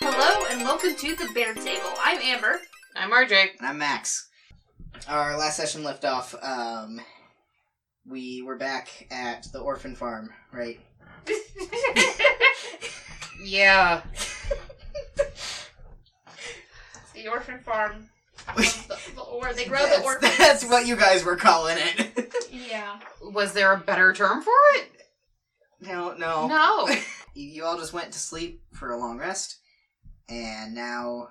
Hello and welcome to the Banner Table. I'm Amber. I'm RJ. And I'm Max. Our last session left off. Um, we were back at the orphan farm, right? Yeah. the orphan farm. The, the, or they grow the That's- orphans. That's what you guys were calling it. Yeah. Was there a better term for it? no, no. No. You, you all just went to sleep for a long rest, and now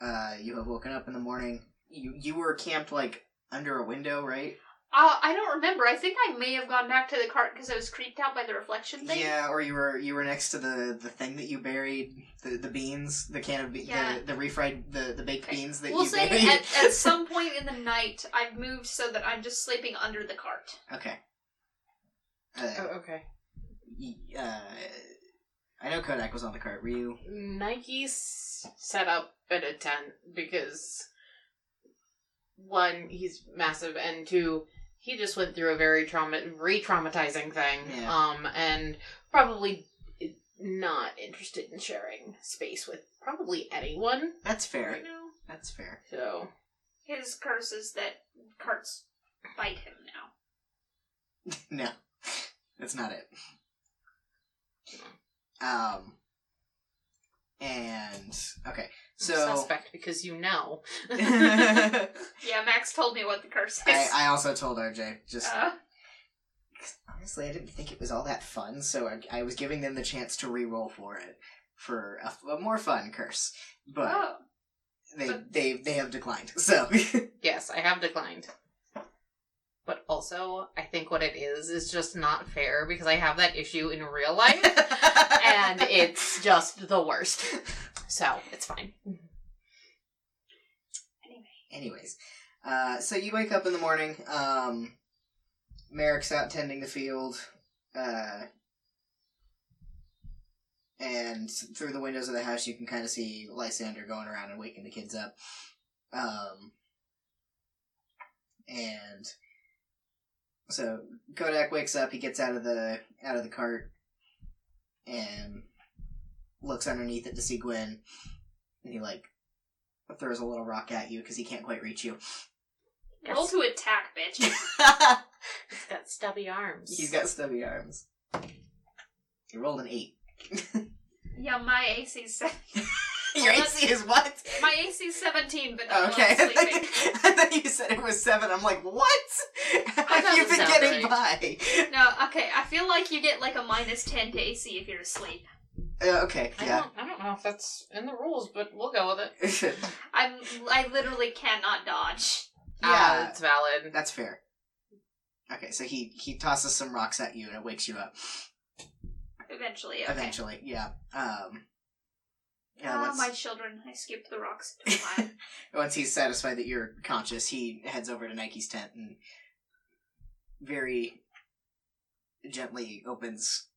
uh, you have woken up in the morning. You you were camped like under a window, right? Uh, I don't remember. I think I may have gone back to the cart because I was creeped out by the reflection thing. Yeah, or you were you were next to the the thing that you buried, the the beans, the can of be- Yeah. the, the refried the the baked Okay. beans that We'll you say buried. at, at some point in the night, I've moved so that I'm just sleeping under the cart. Okay. Uh, Oh, okay. y- uh, I know Kodak was on the cart. Were you? Nike s- set up at a tent because one, he's massive, and two, he just went through a very trauma, re-traumatizing thing. Yeah. Um, and probably not interested in sharing space with probably anyone That's fair. right now. That's fair. So His curse is that carts bite him now. No, that's not it. Um. And okay, so suspect because you know. I, Yeah, Max told me what the curse is. I also told RJ just uh, honestly I didn't think it was all that fun, so I, I was giving them the chance to re-roll for it for a, f- a more fun curse, but oh. they but- they they have declined. So Yes, I have declined. But also, I think what it is is just not fair because I have that issue in real life and it's just the worst. So it's fine. Anyways, uh, so you wake up in the morning. Um, Merrick's out tending the field, uh, and through the windows of the house, you can kind of see Lysander going around and waking the kids up. Um, and so Kodak wakes up. He gets out of the out of the cart and looks underneath it to see Gwen, and he like throws a little rock at you because he can't quite reach you. Roll to attack, bitch. It's got stubby arms. He's got stubby arms. You rolled an eight. yeah, my AC's seven. Your AC is what? My AC's seventeen, but not Okay, okay. I thought, sleeping. you, I thought you said it was seven. I'm like, what? Have doesn't you been sound getting No, okay. I feel like you get like a minus ten to AC if you're asleep. by? Uh, okay, I yeah. don't, I don't know if that's in the rules, but we'll go with it. I'm I literally cannot dodge. Yeah, Yeah. Ah, Uh, it's valid. That's fair. Okay, so he he tosses some rocks at you and it wakes you up Eventually, okay. eventually. Yeah. Um. Yeah. Ah, once, my children, I skipped the rocks. It's fine. once he's satisfied that you're conscious, he heads over to Nike's tent and very gently opens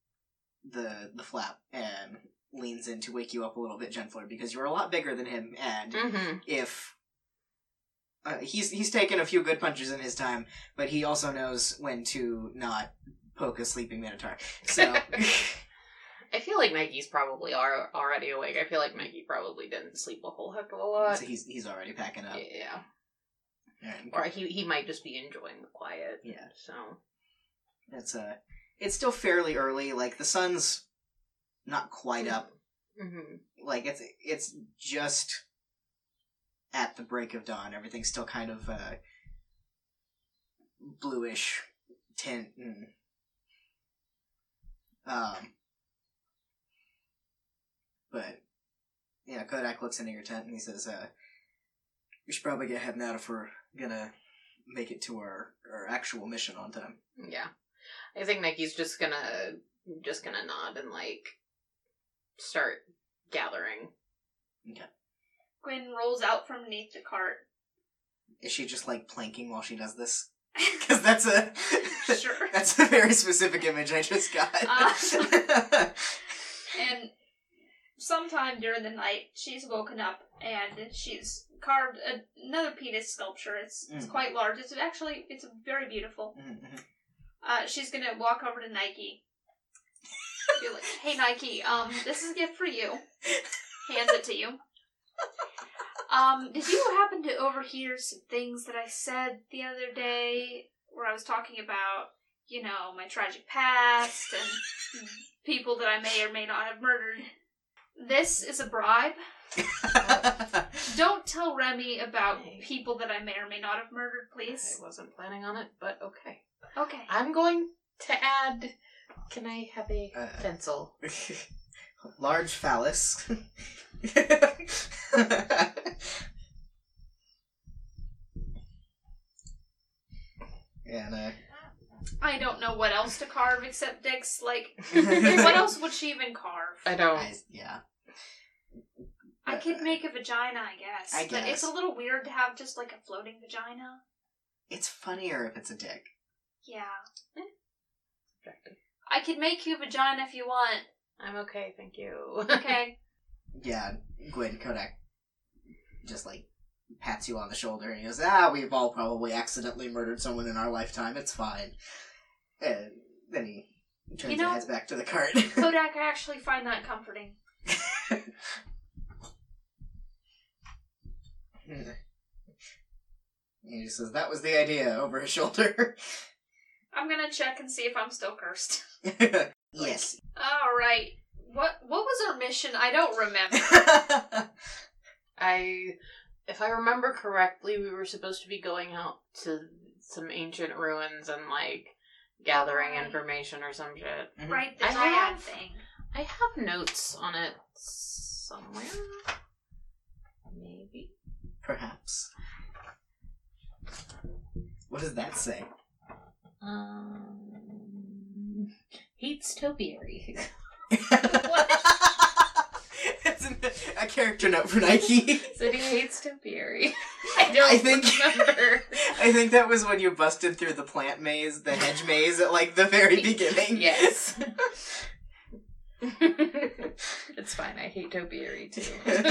the the flap and leans in to wake you up a little bit gentler because you're a lot bigger than him and Mm-hmm. if uh, he's he's taken a few good punches in his time, but he also knows when to not poke a sleeping minotaur. So I feel like Nike's probably are already awake. I feel like Nike probably didn't sleep a whole heck of a lot. so he's he's already packing up. Yeah. Alright, Or he, he might just be enjoying the quiet. Yeah. So. That's uh it's still fairly early, like the sun's not quite up. hmm Like it's it's just at the break of dawn. Everything's still kind of uh bluish tint and um but yeah, Kodak looks into your tent and he says, uh we should probably get heading out if we're gonna make it to our, our actual mission on time. Yeah. I think Nike's just gonna just gonna nod and like start gathering. Gwen rolls out from beneath the cart. Is she just like planking while she does this? Because that's a Sure. that's a very specific image I just got. Uh. And sometime during the night, she's woken up and she's carved a, another penis sculpture. It's it's Mm. quite large. It's actually it's very beautiful. Mhm, mhm. Uh, she's gonna walk over to Nike Be like, hey Nike, um, this is a gift for you. Hands it to you. Um, did you happen to overhear some things that I said the other day where I was talking about, you know, my tragic past and people that I may or may not have murdered? This is a bribe. Don't tell Remy about people that I may or may not have murdered, please. I wasn't planning on it, but okay. Okay. I'm going to add. Can I have a Uh. pencil? Mm-hmm. Large phallus. and uh, I don't know what else to carve except dicks. Like, what I else would she even carve? don't. I, yeah, I could make a vagina, I guess. I But it's guess. a little weird to have just like a floating vagina. it's funnier if it's a dick. Yeah. I could make you a vagina if you want. I'm okay, thank you. Okay. Yeah, Gwen Kodak just like pats you on the shoulder and he goes, "Ah, we've all probably accidentally murdered someone in our lifetime. It's fine." And then he turns You know- and heads back to the cart. Kodak, I actually find that comforting. and he just says, "That was the idea." Over his shoulder. I'm gonna check and see if I'm still cursed. yes. Alright. What what was our mission? I don't remember. I, if I remember correctly, we were supposed to be going out to some ancient ruins and like gathering Right. information or some shit. right, the I triad have- thing. I have notes on it somewhere. Maybe. Perhaps. What does that say? Um, hates topiary. it's an, a character note for Nike. Said he hates topiary. I don't I think- remember. I think that was when you busted through the plant maze, the hedge maze at like the very beginning. yes. it's fine. I hate topiary too. I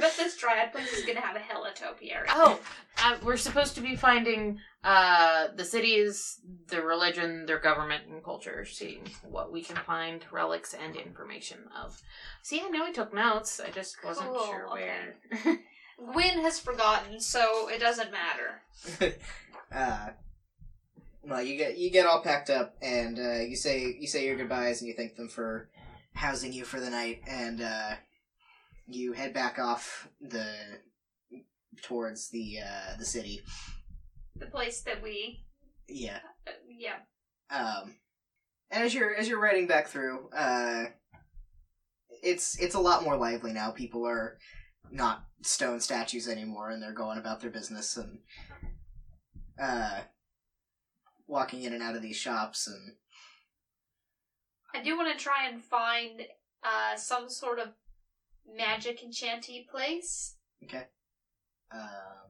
bet this triad place is gonna have a hella topiary. oh, uh, we're supposed to be finding uh, the cities, their religion, their government, and culture, seeing what we can find relics and information of. See, I know I took notes. I just wasn't Cool, sure okay. where. Gwyn has forgotten, so it doesn't matter. Uh, well, you get you get all packed up, and uh, you say you say your goodbyes, and you thank them for housing you for the night, and uh, you head back off the towards the uh, the city. The place that we Yeah. uh, yeah. Um, and as you're as you're riding back through, uh, it's it's a lot more lively now. People are not stone statues anymore, and they're going about their business and uh, walking in and out of these shops. And I do want to try and find uh, some sort of magic enchanty place. um, I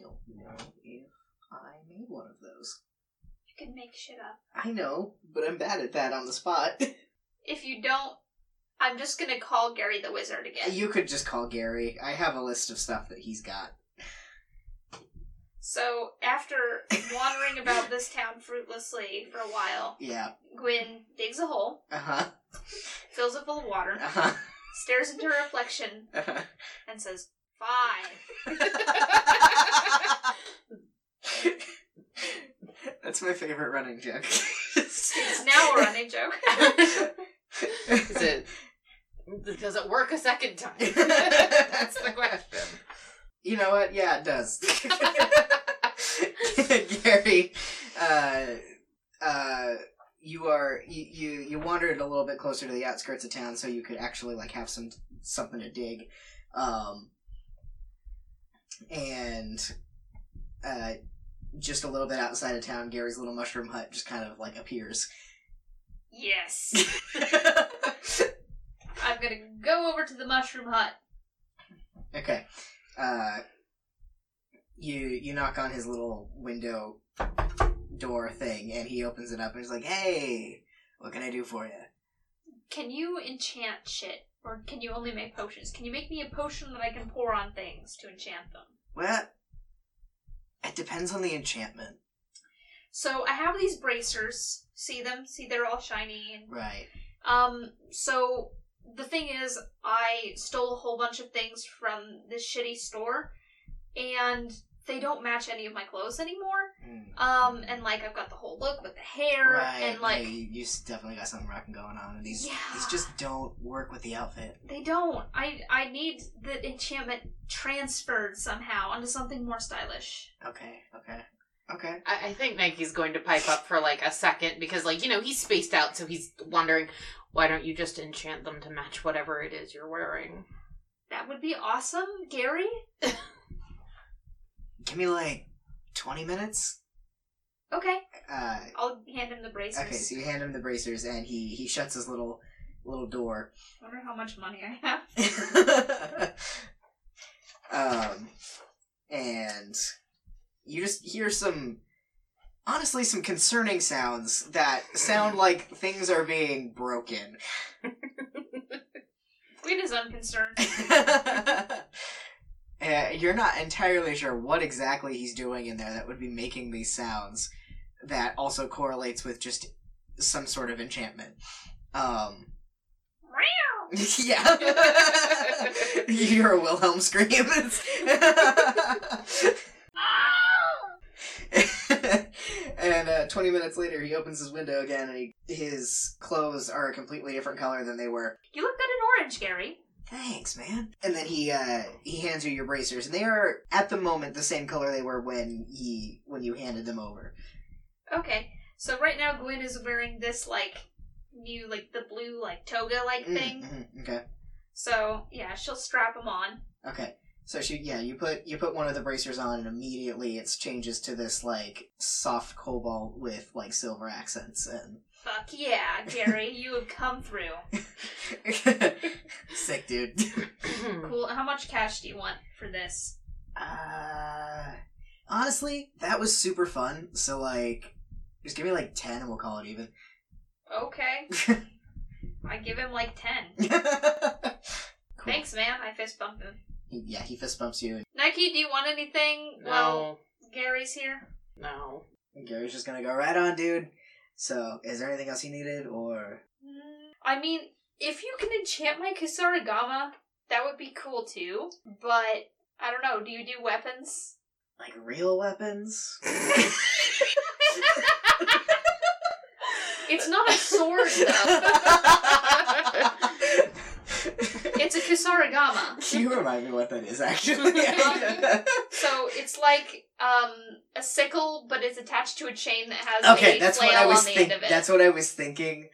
don't know if I made one of those. You can make shit up. I know, but I'm bad at that on the spot. If you don't, I'm just gonna call Gary the Wizard again. you could just call Gary. I have a list of stuff that he's got. so after wandering about this town fruitlessly for a while, Yeah. Gwyn digs a hole, Uh huh. fills it full of water, Uh huh. stares into her reflection, Uh huh. and says, "Five." That's my favorite running joke. It's now a running joke. Is it? Does it work a second time? That's the question. you know what? Yeah, it does. Gary, uh, uh, you are you, you you wandered a little bit closer to the outskirts of town, so you could actually like have some something to dig, um, and uh, just a little bit outside of town, Gary's little mushroom hut just kind of like appears. yes, I'm gonna go over to the mushroom hut. Okay. Uh, you you knock on his little window door thing, and he opens it up, and he's like, "Hey, what can I do for you?" Can you enchant shit? Or can you only make potions? Can you make me a potion that I can pour on things to enchant them? Well, it depends on the enchantment. So I have these bracers. See them? See they're all shiny and Right. um so the thing is I stole a whole bunch of things from this shitty store and they don't match any of my clothes anymore. Mm. Um and like I've got the whole look with the hair Right. and like yeah, you, you s- definitely got something rocking going on. And these Yeah. these just don't work with the outfit. They don't. I I need the enchantment transferred somehow onto something more stylish. Okay. Okay. Okay. I, I think Nike's going to pipe up for like a second because, like, you know, he's spaced out, so he's wondering why don't you just enchant them to match whatever it is you're wearing? That would be awesome, Gary. Give me like twenty minutes. Okay, Uh, I'll hand him the bracers. okay. So you hand him the bracers, and he he shuts his little little door. Wonder how much money I have. um, and you just hear some, honestly, some concerning sounds that sound like things are being broken. Queen is unconcerned. Uh, you're not entirely sure what exactly he's doing in there that would be making these sounds that also correlates with just some sort of enchantment. Um, yeah. you hear a Wilhelm scream. It's- and uh, 20 minutes later, he opens his window again and he, his clothes are a completely different color than they were. you look good in orange, Gary. Thanks, man. And then he uh, he hands you your bracers, and they are at the moment the same color they were when he when you handed them over. Okay, so right now Gwen is wearing this like new like the blue like toga like Mm, thing. mhm, okay, So yeah, she'll strap them on. okay. So she yeah you put you put one of the bracers on, and immediately it changes to this like soft cobalt with like silver accents and Fuck yeah, Gary, you have come through. Sick, dude. Cool. How much cash do you want for this? Uh, honestly, that was super fun. So like, just give me like ten, and we'll call it even. Okay. I give him like 10. Cool. Thanks, man. I fist bump him. He- yeah, he fist bumps you, Nike, do you want anything? Well, no, Gary's here. no. and Gary's just gonna go right on, dude. So, is there anything else you needed, or Mm, I mean, if you can enchant my Kasaragama, that would be cool too. But, I don't know, do you do weapons? like real weapons? It's not a sword, though. it's a Kasaragama. you remind me what that is, actually. Um, So it's like um, a sickle, but it's attached to a chain that has okay, a that's flail what I was on the thinking. end of it. That's what I was thinking.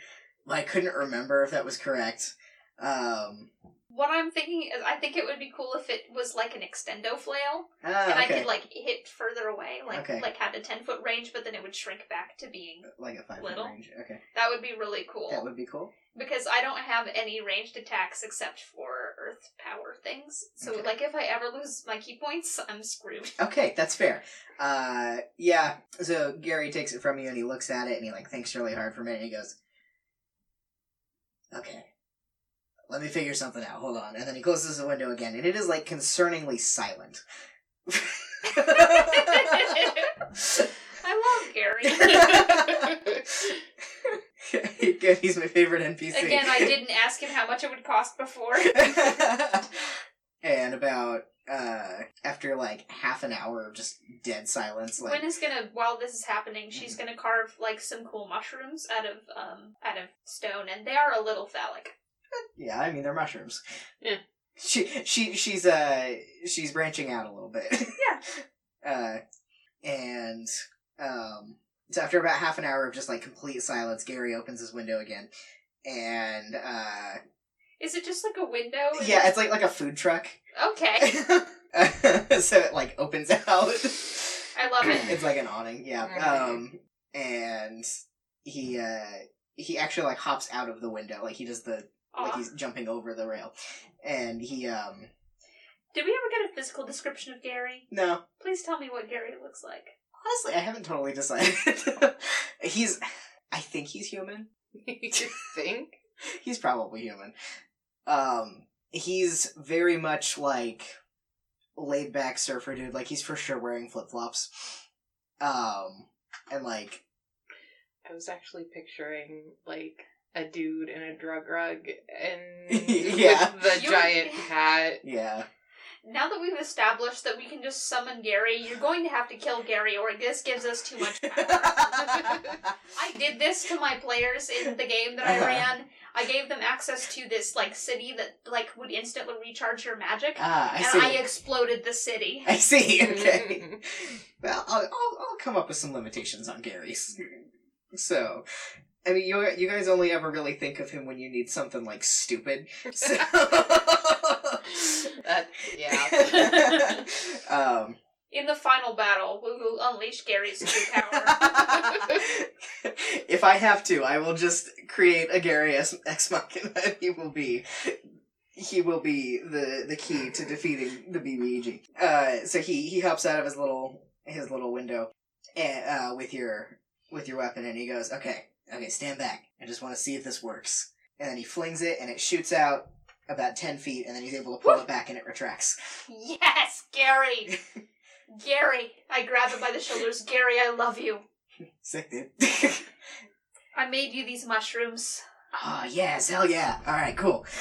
I couldn't remember if that was correct. Um, What I'm thinking is, I think it would be cool if it was like an extendo flail, ah, and I okay. could like hit further away, like Okay. like had a ten foot range, but then it would shrink back to being. like a five Little. range. Okay, That would be really cool that would be cool. because I don't have any ranged attacks except for earth power things. So Okay. like if I ever lose my key points, I'm screwed. Okay, that's fair. Uh, yeah. So Gary takes it from you and he looks at it and he like thinks really hard for a minute and he goes, "Okay, let me figure something out. Hold on." And then he closes the window again, and it is like concerningly silent. I love Gary. Good, He's my favorite NPC. Again, I didn't ask him how much it would cost before. and about uh after like half an hour of just dead silence, like Mm. Gwen is gonna while this is happening, she's gonna carve like some cool mushrooms out of um out of stone, and they are a little phallic. Yeah, I mean they're mushrooms. Yeah. She she she's uh she's branching out a little bit. yeah. Uh and um so after about half an hour of just like complete silence, Gary opens his window again. And uh Is it just like a window? And- yeah, it's like like a food truck. Okay. so it like opens out. I love it. It's like an awning, yeah. Okay. Um and he uh he actually like hops out of the window, like he does the like Aw. he's jumping over the rail. And he um Did we ever get a physical description of Gary? no, Please tell me what Gary looks like. honestly, I haven't totally decided. he's I think he's human. you think? He's probably human. Um he's very much like laid back surfer dude, like he's for sure wearing flip-flops. Um and like I was actually picturing like a dude in a drug rug and Yeah. with the You're- giant hat. yeah. Now that we've established that we can just summon Gary, you're going to have to kill Gary, or this gives us too much power. I did this to my players in the game that I Uh-huh. ran. I gave them access to this like city that like would instantly recharge your magic, ah, I and see. I exploded the city. I see. Okay. Well, I'll, I'll, I'll come up with some limitations on Gary's. So, I mean, you you guys only ever really think of him when you need something like stupid. So, That yeah. um, In the final battle, we will unleash Gary's true power. if I have to, I will just create a Gary ex, ex machina. and He will be. He will be the the key to defeating the BBEG. Uh, so he he hops out of his little his little window, and uh, with your with your weapon, and he goes, "Okay, okay, stand back. I just want to see if this works." And then he flings it, and it shoots out about ten feet, and then he's able to pull it back, and it retracts. yes, Gary. Gary, I grab him by the shoulders. Gary, I love you. Sick, dude. I made you these mushrooms. oh yes, hell yeah! All right, cool.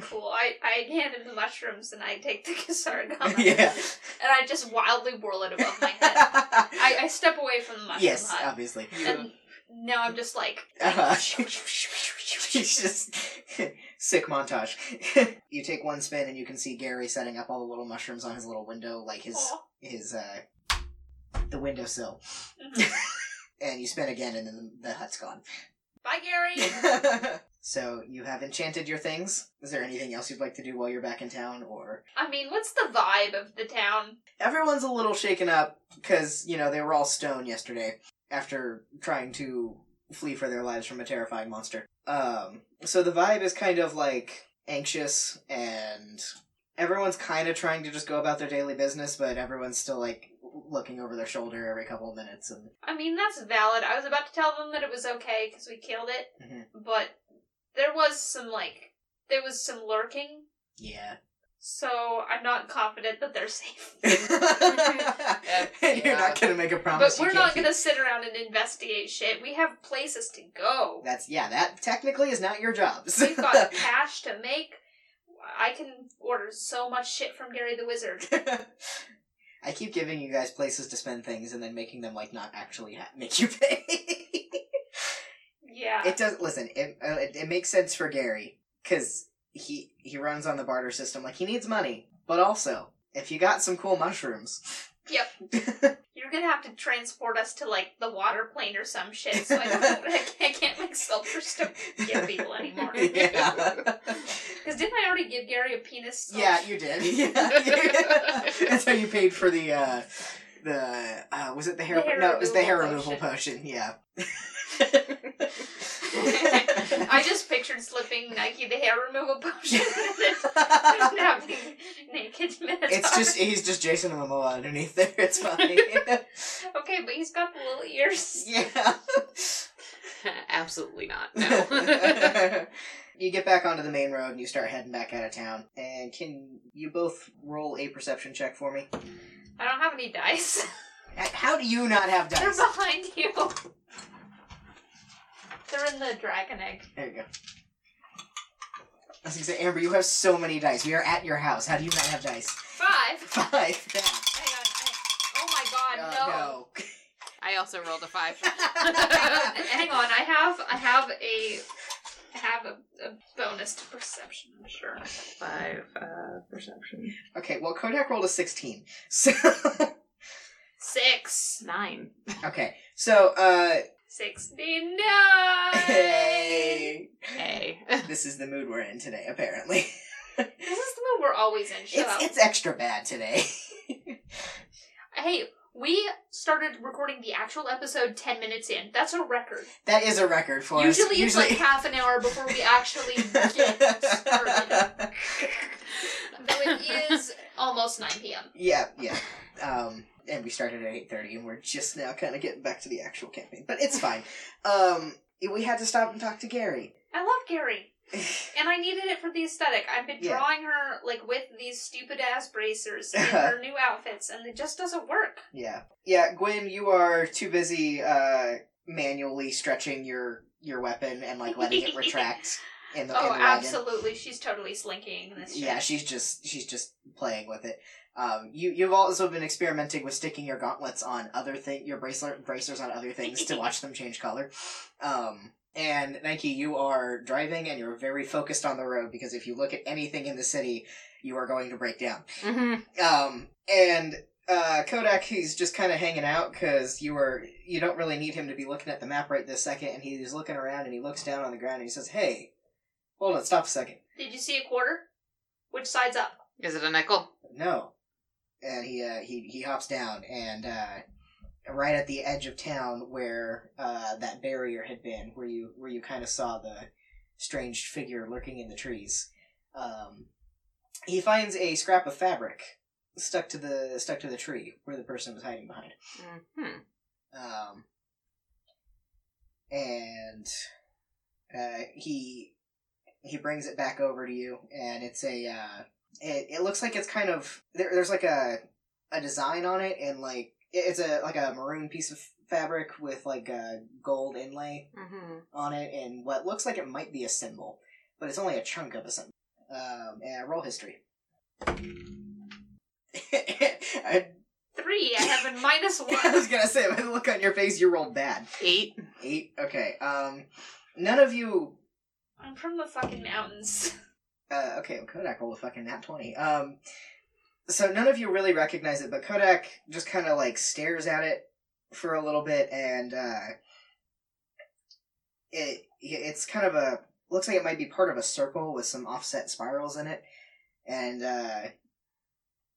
Cool. I, I hand him the mushrooms and I take the Kisaragama. yeah. And I just wildly whirl it above my head. I, I step away from the mushroom yes, hut. obviously. Yeah. And now I'm just like, Uh-huh. It's just sick montage. you take one spin and you can see Gary setting up all the little mushrooms on his little window, like his aw. his uh the windowsill. Mhm. And you spin again, and then the, the hut's gone. Bye, Gary. so you have enchanted your things. Is there anything else you'd like to do while you're back in town, or I mean, what's the vibe of the town? everyone's a little shaken up because you know they were all stoned yesterday after trying to flee for their lives from a terrifying monster um so the vibe is kind of like anxious and everyone's kind of trying to just go about their daily business but everyone's still like looking over their shoulder every couple of minutes and I mean, that's valid. I was about to tell them that it was okay because we killed it, Mhm. but there was some, like, there was some lurking, yeah so I'm not confident that they're safe. and you're not gonna make a promise But you we're can't not keep. gonna sit around and investigate shit. We have places to go. that's yeah that technically is not your job so- We've got cash to make. I can order so much shit from Gary the Wizard. I keep giving you guys places to spend things and then making them like not actually ha- make you pay. Yeah. it does. Listen, it, uh, it it makes sense for Gary because he he runs on the barter system. Like he needs money, but also if you got some cool mushrooms, You're gonna have to transport us to like the water plane or some shit, so I don't know. I can't, I can't make selfish to give people anymore. yeah, Because didn't I already give Gary a penis? So- yeah, you did. Yeah. That's how you paid for the uh, the uh, was it the hair? The hair no, it was the hair removal removal potion. Yeah. I just pictured slipping Nike the hair removal potion and having naked minotaur. It's just he's just Jason Momoa underneath there. It's funny. okay, but he's got the little ears. yeah. Absolutely not. No. you get back onto the main road and you start heading back out of town. And can you both roll a perception check for me? I don't have any dice. Uh, How do you not have They're dice? behind you. They're in the dragon egg. There you go. I was gonna say, Amber, you have so many dice. We are at your house. How do you not have dice? Five. Five. Damn. Hang on. I... Oh my god, Uh, Uh, no. I also rolled a five. Uh, hang on, I have I have a I have a, a bonus to perception. I'm sure. Five uh, perception. okay, well, Kodak rolled a 16. So, Six, Nine. okay, so, uh, sixty-nine. hey. Hey. This is the mood we're in today, apparently. This is the mood we're always in. Shut It's, up. it's extra bad today. Hey, we started recording the actual episode ten minutes in. That's a record. That is a record for us. Usually, it's like half an hour before we actually get started. Though it is almost nine p.m. yeah, yeah. Um, and we started at eight thirty, and we're just now kind of getting back to the actual campaign, but it's fine. Um, we had to stop and talk to Gary. I love Gary. And I needed it for the aesthetic. I've been Yeah. drawing her like with these stupid ass bracers and her new outfits, and it just doesn't work. yeah. Yeah, Gwen, you are too busy uh manually stretching your your weapon and like letting it retract in the, in oh, the wagon. absolutely. She's totally slinking this shit. Yeah, she's just she's just playing with it. Um, you you've also been experimenting with sticking your gauntlets on other thing, your bracelet bracers on other things to watch them change color. Um, and Nike, you are driving and you're very focused on the road because if you look at anything in the city, you are going to break down. Mhm. Um, and uh, Kodak, he's just kind of hanging out because you were you don't really need him to be looking at the map right this second. And he's looking around and he looks down on the ground and he says, "Hey, hold on, stop a second. Did you see a quarter? Which side's up? Is it a nickel? no and he uh, he he hops down and uh, right at the edge of town where uh, that barrier had been where you where you kind of saw the strange figure lurking in the trees um, he finds a scrap of fabric stuck to the stuck to the tree where the person was hiding behind hmm um, and uh, he he brings it back over to you, and it's a uh, it, it looks like it's kind of there, there's like a a design on it, and like it- it's a like a maroon piece of fabric with like a gold inlay hmm on it, and what looks like it might be a symbol, but it's only a chunk of a symbol. Um, and roll history. I, Three. I have a minus I was one. gonna say, by the look on your face, you rolled bad. Eight. Eight. Okay. Um, none of you. I'm from the fucking mountains. Uh, okay, well, Kodak rolled a fucking nat twenty. Um, so none of you really recognize it, but Kodak just kind of like stares at it for a little bit, and uh, it it's kind of a looks like it might be part of a circle with some offset spirals in it, and uh,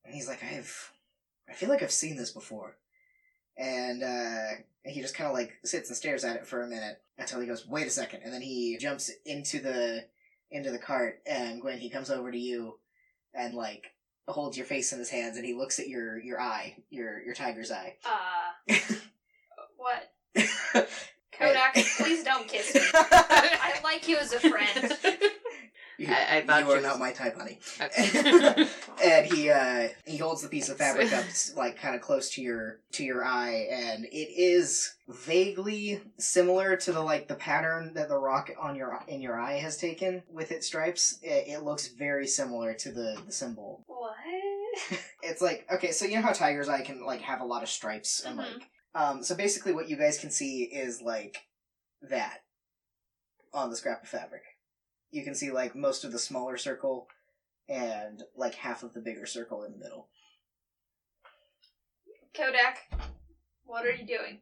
and he's like, I've I feel like I've seen this before, and uh, and he just kind of like sits and stares at it for a minute until he goes, wait a second, and then he jumps into the into the cart, and Gwen he comes over to you, and like holds your face in his hands, and he looks at your your eye, your your tiger's eye. Uh, what? Kodak, please don't kiss me. I like you as a friend. You- I- I thought you she are was- not my type, honey. Okay. and he uh he holds the piece of fabric up like kind of close to your to your eye and it is vaguely similar to the like the pattern that the rock on your in your eye has taken with its stripes it, it looks very similar to the, the symbol What? it's like okay so you know how tiger's eye can like have a lot of stripes and Mhm. like um so basically what you guys can see is like that on the scrap of fabric you can see like most of the smaller circle and like half of the bigger circle in the middle Kodak, what are you doing?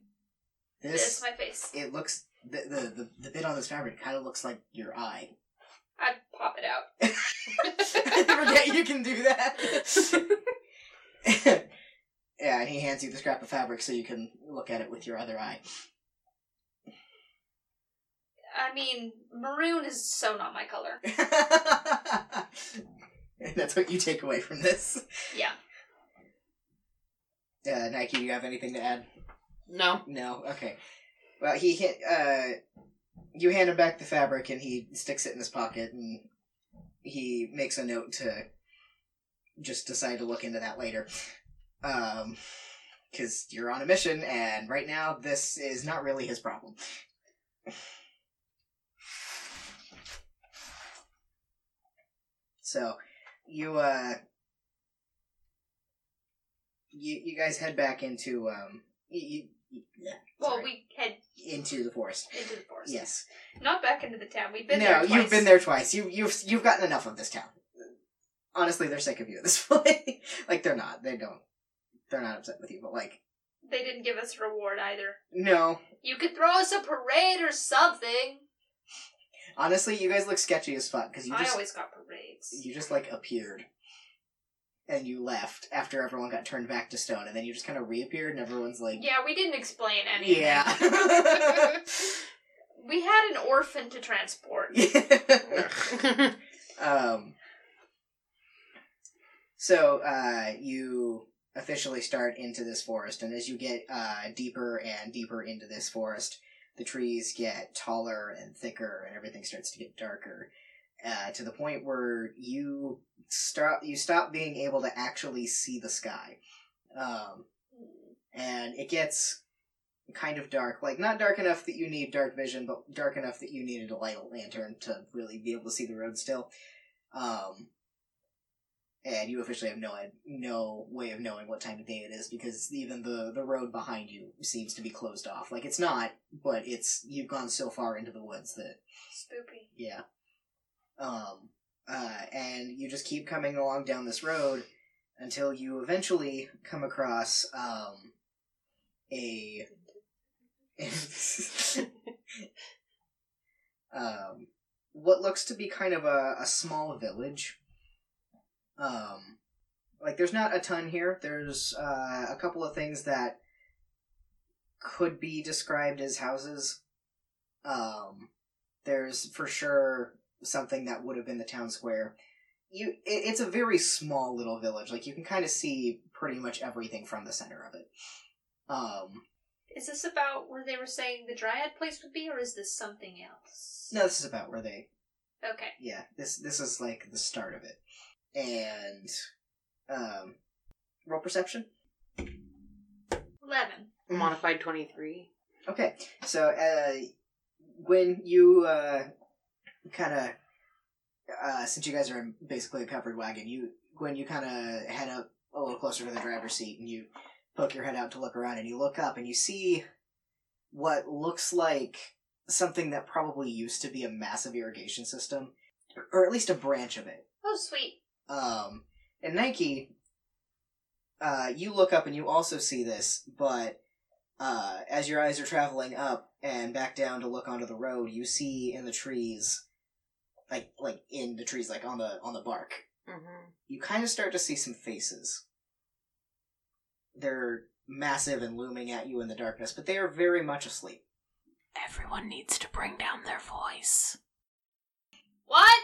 This, this my face. it looks the the, the, the bit on this fabric kind of looks like your eye I'd pop it out. I forget you can do that yeah and he hands you the scrap of fabric so you can look at it with your other eye I mean, maroon is so not my color. That's what you take away from this. Yeah. Uh, Nike, do you have anything to add? No. No. Okay. Well, he hit. Uh, you hand him back the fabric, and he sticks it in his pocket, and he makes a note to just decide to look into that later. Um, because you're on a mission, and right now this is not really his problem. So, you uh, you you guys head back into um, you, you, yeah, Well, sorry we head into the forest. into the forest. Yes. Not back into the town. We've been no, there. you've twice. been there twice. You you've you've gotten enough of this town. Honestly, they're sick of you at this point. like they're not. They don't. They're not upset with you, but like They didn't give us a reward either. no. You could throw us a parade or something. Honestly, you guys look sketchy as fuck because you I just always got parades. you just like appeared. And you left after everyone got turned back to stone, and then you just kind of reappeared, and everyone's like, Yeah, we didn't explain anything. "Yeah." We had an orphan to transport. Um, so uh, you officially start into this forest, and as you get uh, deeper and deeper into this forest, the trees get taller and thicker, and everything starts to get darker. uh, to the point where you stop you stop being able to actually see the sky, um, and it gets kind of dark. Like not dark enough that you need dark vision, but dark enough that you needed a light lantern to really be able to see the road still. Um, and you officially have no no way of knowing what time of day it is because even the the road behind you seems to be closed off. Like it's not, but it's you've gone so far into the woods that Spoopy. yeah. Um, uh, and you just keep coming along down this road until you eventually come across um, a. um, what looks to be kind of a, a small village. Um, like, there's not a ton here. There's uh, a couple of things that could be described as houses. Um, there's for sure something that would have been the town square you it, it's a very small little village like you can kind of see pretty much everything from the center of it um Is this about where they were saying the Dryad place would be, or is this something else? no this is about where they Okay. yeah this this is like the start of it and um roll perception Eleven. Modified 23. Okay, so uh, when you uh, kind of, uh, since you guys are in basically a covered wagon, you when you kind of head up a little closer to the driver's seat and you poke your head out to look around, and you look up and you see what looks like something that probably used to be a massive irrigation system, or at least a branch of it. Oh, sweet. Um, and Nike, uh, you look up and you also see this, but uh, as your eyes are traveling up and back down to look onto the road, you see in the trees, like like in the trees, like on the on the bark, Mm-hmm. you kind of start to see some faces. They're massive and looming at you in the darkness, but they are very much asleep. Everyone needs to bring down their voice. What?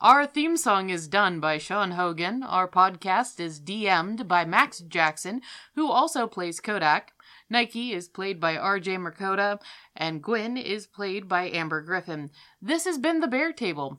Our theme song is done by Sean Hogan. Our podcast is DM'd by Max Jackson, who also plays Kodak. Nike is played by RJ Mercoda, and Gwen is played by Amber Griffin. This has been The Bear Table.